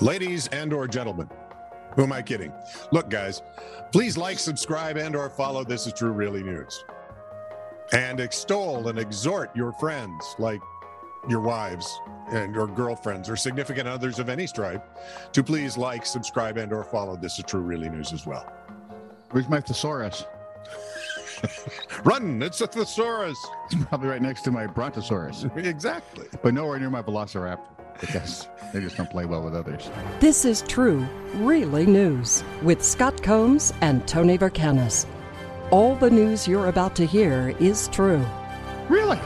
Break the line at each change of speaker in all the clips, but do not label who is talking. Ladies and or gentlemen, who am I kidding? Look, guys, please like, subscribe, and or follow This Is True Really News. And extol and exhort your friends, like your wives and your girlfriends or significant others of any stripe, to please like, subscribe, and or follow This Is True Really News as well.
Where's my thesaurus?
Run, it's a thesaurus.
It's probably right next to my brontosaurus,
Exactly.
but nowhere near my velociraptor. I guess they just don't play well with others.
This is True, Really News with Scott Combs and Tony Vercanis. All the news you're about to hear is true,
Really?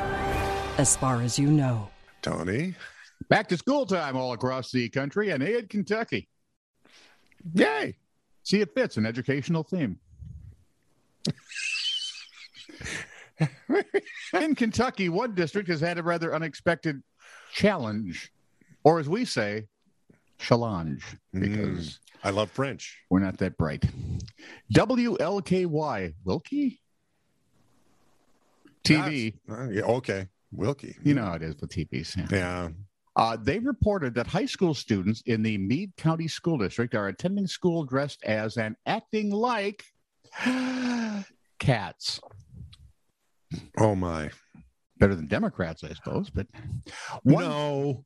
as far as you know.
Tony,
Back to school time all across the country and in Kentucky. Yay! See, it fits an educational theme. in Kentucky, one district has had a rather unexpected challenge, or as we say, challenge, because
I love French.
We're not that bright. WLKY Wilkie TV.
Uh, yeah, okay. Wilkie.
You know how it is with TVs. yeah.
Yeah.
Uh, they reported that high school students in the Meade County School District are attending school dressed as and acting like cats.
Oh my.
Better than Democrats, I suppose. But one,
No.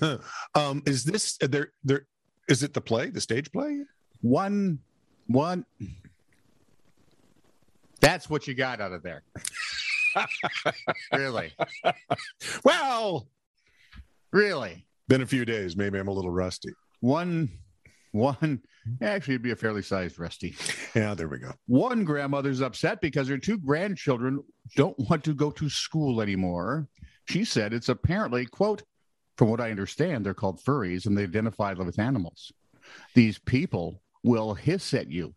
um, is this there there is it the play, the stage play?
one, one. That's what you got out of there. really,
Well,
really.
been a few days. Maybe I'm a little rusty.
One, one, actually, it'd be a fairly sized Rusty.
Yeah, there we go.
One grandmother's upset because her two grandchildren don't want to go to school anymore. She said it's apparently, quote, from what I understand, they're called furries and they identify with animals. These people will hiss at you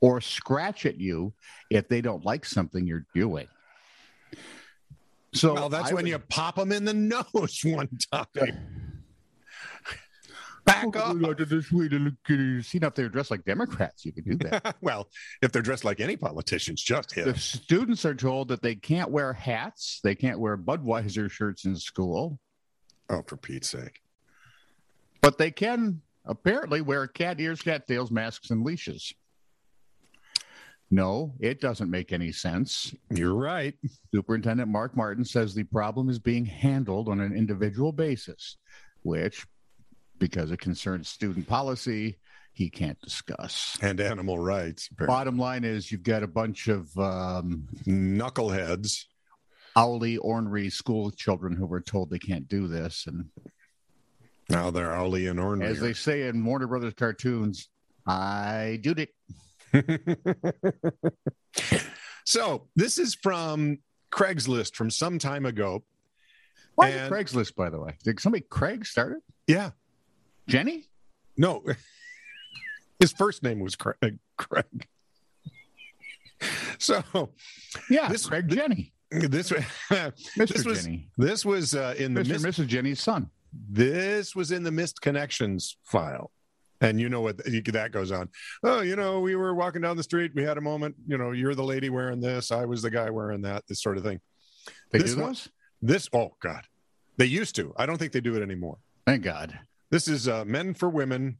or scratch at you if they don't like something you're doing. So
well, that's
I
when
would-
you pop them in the nose one time. Back
Oh,
up.
look at this sweet little kitties. You know, if they were dressed like Democrats, you could do that.
well, if they're dressed like any politicians, just hit. 'em.
The students are told that they can't wear hats, they can't wear Budweiser shirts in school,
Oh, for Pete's sake.
but they can apparently wear cat ears, cat tails, masks, and leashes. No, it doesn't make any sense.
You're right.
Superintendent Mark Martin says the problem is being handled on an individual basis, which, because it concerns student policy, he can't discuss.
And animal rights. apparently.
Bottom line is, you've got a bunch of um,
Knuckleheads.
owly, ornery school children who were told they can't do this. And
Now they're owly and
as
ornery.
they say in Warner Brothers cartoons, I did it.
so this is from Craigslist from some time ago.
Why is it
And-
Craigslist, by the way? Did somebody Craig start it?
Yeah.
Jenny?
No. His first name was Craig. Craig. So
Yeah,
This-
Craig Jenny.
this
Mr.
this was-
Jenny.
this was uh, in the
Mr.
missed,
and Mrs. Jenny's son.
this was in the missed connections file, and you know what you- that goes on. Oh, you know, we were walking down the street, we had a moment. You know, you're the lady wearing this, I was the guy wearing that, this sort of thing.
They
This
do
one-
those?
This, oh God, they used to. I don't think they do it anymore.
Thank God.
This is uh, Men for Women,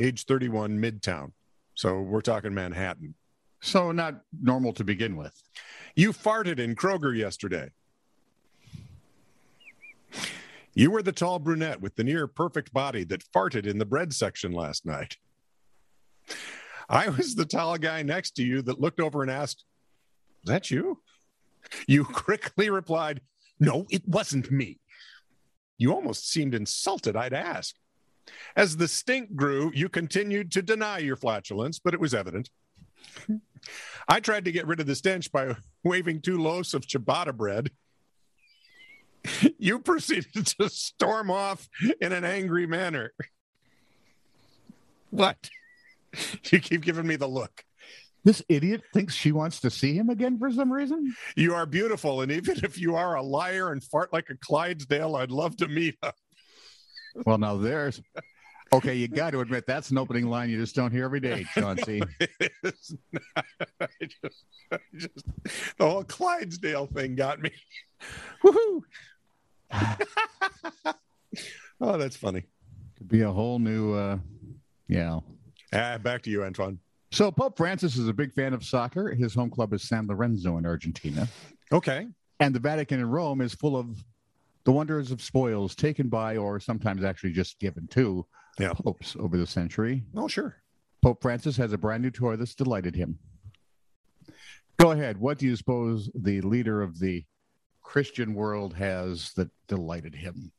age 31, Midtown. So we're talking Manhattan.
So not normal to begin with.
You farted in Kroger yesterday. You were the tall brunette with the near perfect body that farted in the bread section last night. I was the tall guy next to you that looked over and asked, Is that you? You quickly replied, No, it wasn't me. You almost seemed insulted, I'd ask. As the stink grew, you continued to deny your flatulence, but it was evident. I tried to get rid of the stench by waving two loaves of ciabatta bread. You proceeded to storm off in an angry manner. What? You keep giving me the look.
This idiot thinks she wants to see him again for some reason.
You are beautiful, and even if you are a liar and fart like a Clydesdale, I'd love to meet up.
Well, now there's okay. You got to admit that's an opening line you just don't hear every day, Chauncey.
It's not- I just, I just, the whole Clydesdale thing got me. Woohoo! oh, that's funny.
Be a whole new, uh, yeah.
Ah, back to you, Antoine.
So Pope Francis is a big fan of soccer. His home club is San Lorenzo in Argentina,
Okay.
and the Vatican in Rome is full of the wonders of spoils taken by, or sometimes actually just given to,
Yeah.
popes over the century.
Oh, sure.
Pope Francis has a brand new toy that's delighted him. Go ahead. What do you suppose the leader of the Christian world has that delighted him?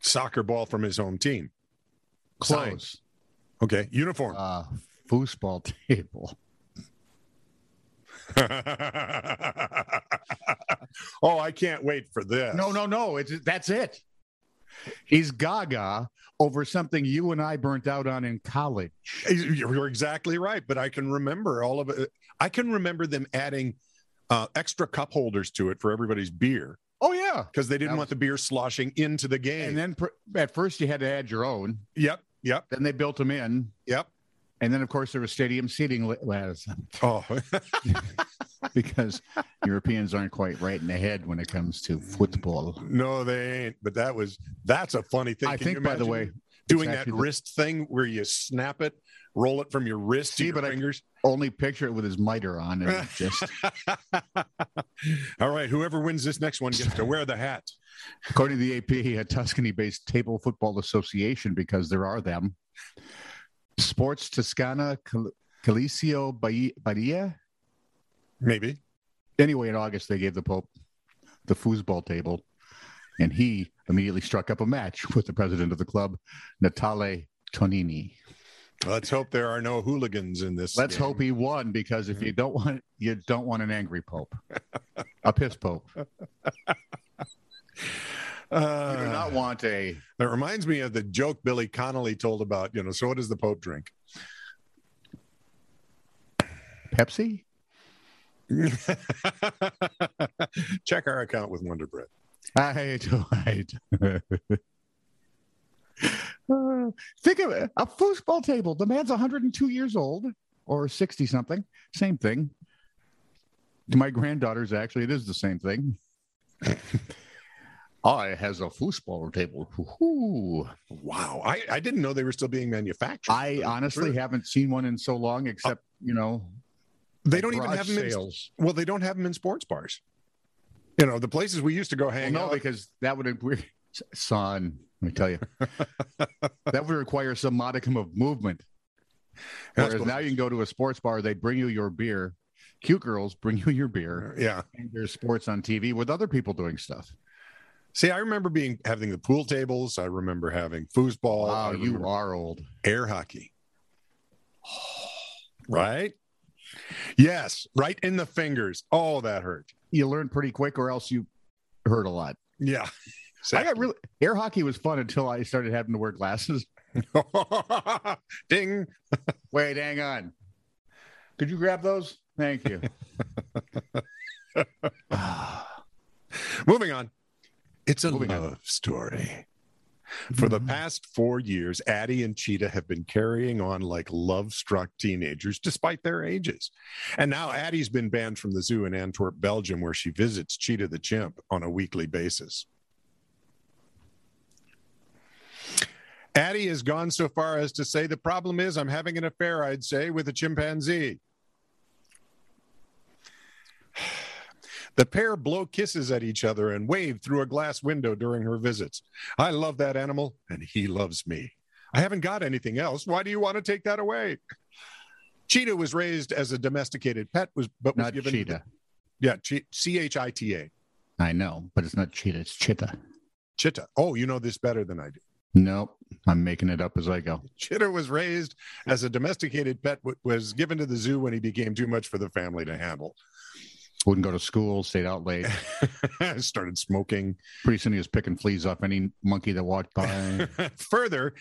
Soccer ball from his home team. Sign.
Close.
Okay. Uniform.
Uh, foosball table.
oh, I can't wait for this.
Uh. No, no, no. It's that's it. He's gaga over something you and I burnt out on in college.
You're exactly right, but I can remember all of it. I can remember them adding uh, extra cup holders to it for everybody's beer
Oh yeah.
because they didn't
That
want the beer sloshing into the game.
And then pr- at first you had to add your own.
yep, yep,
Then they built them in,
yep.
and then of course there was stadium seating li- last
Oh,
because Europeans aren't quite right in the head when it comes to football.
no, they ain't. But that was that's a funny thing.
I
Can you
think, by the
imagine
way,
doing
it's
that
actually the-
wrist thing where you snap it, roll it from your wrist
See,
to your
but I-
fingers.
only picture it with his miter on and just
All right, whoever wins this next one gets to wear the hat.
according to the AP, a Tuscany-based table football association, because there are them. Sports Toscana Cal- Calicio Bahia- Bahia.
Maybe.
Anyway, in August they gave the Pope the foosball table, and he immediately struck up a match with the president of the club, Natale Tonini.
Let's hope there are no hooligans in this.
Let's
game.
hope he won because if you don't want you don't want an angry pope, a piss pope.
Uh,
You do not want a
That reminds me of the joke Billy Connolly told about, you know, so what does the Pope drink?
Pepsi.
Check our account with Wonder Bread.
I do. I do. Uh, think of it, a foosball table. The man's 102 years old or 60 something. Same thing. To my granddaughters, actually, it is the same thing. I has a foosball table. Woo-hoo.
Wow. I, I didn't know they were still being manufactured.
I honestly haven't seen one in so long, except you know
Uh, they don't even
garage
have them in,
sales.
well, they don't have them in sports bars. You know, the places we used to go hang
Well, no,
out.
because that would re- son. Let me tell you, that would require some modicum of movement.
That's
Whereas
what-
now you can go to a sports bar; they bring you your beer. Cute girls bring you your beer,
yeah.
and there's sports on TV with other people doing stuff.
See, I remember being having the pool tables. I remember having foosball. I
wow, you
remember
are old.
air hockey. Right? Yes, right in the fingers. Oh, that hurt.
You learn pretty quick, or else you hurt a lot.
Yeah.
I got really air hockey was fun until I started having to wear glasses.
really ding.
Wait, hang on. Could you grab those? Thank you.
Moving on. It's a
Moving on.
love story. For
Mm-hmm.
the past four years, Addie and Cheetah have been carrying on like love struck teenagers despite their ages. And now Addie's been banned from the zoo in Antwerp, Belgium, where she visits Cheetah the chimp on a weekly basis. Addie has gone so far as to say the problem is I'm having an affair, I'd say, with a chimpanzee. The pair blow kisses at each other and wave through a glass window during her visits. I love that animal, and he loves me. I haven't got anything else. Why do you want to take that away? Cheetah was raised as a domesticated pet, was but was
Not
given
cheetah.
Yeah, che- C H I T A.
I know, but it's not cheetah. It's chitta.
Chitta. Oh, you know this better than I do.
Nope. I'm making it up as I go.
Chitta was raised as a domesticated pet, w- was given to the zoo when he became too much for the family to handle.
Wouldn't go to school, stayed out late.
Started smoking.
Pretty soon he was picking fleas off any monkey that walked by.
Further,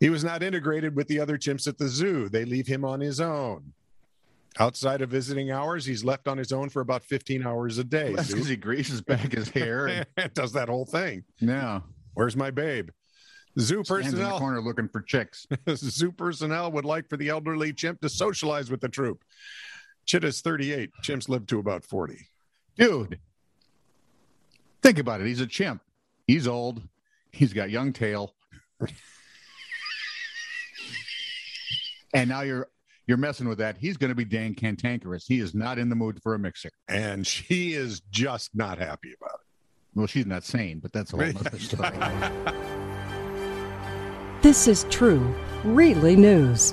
he was not integrated with the other chimps at the zoo. They leave him on his own. Outside of visiting hours, he's left on his own for about 15 hours a day.
That's because
Zoo
he greases back his hair. And,
does that whole thing.
no.
Where's my babe? Zoo
Stands in the
personnel.
corner looking for chicks.
zoo personnel would like for the elderly chimp to socialize with the troop. Chitta's 38. Chimps live to about 40.
Dude. Think about it. He's a chimp. He's old. He's got young tail. And now you're you're messing with that. He's going to be dang cantankerous. He is not in the mood for a mixer.
And she is just not happy about
Well, she's not sane, but that's a whole other story.
This is true, really news.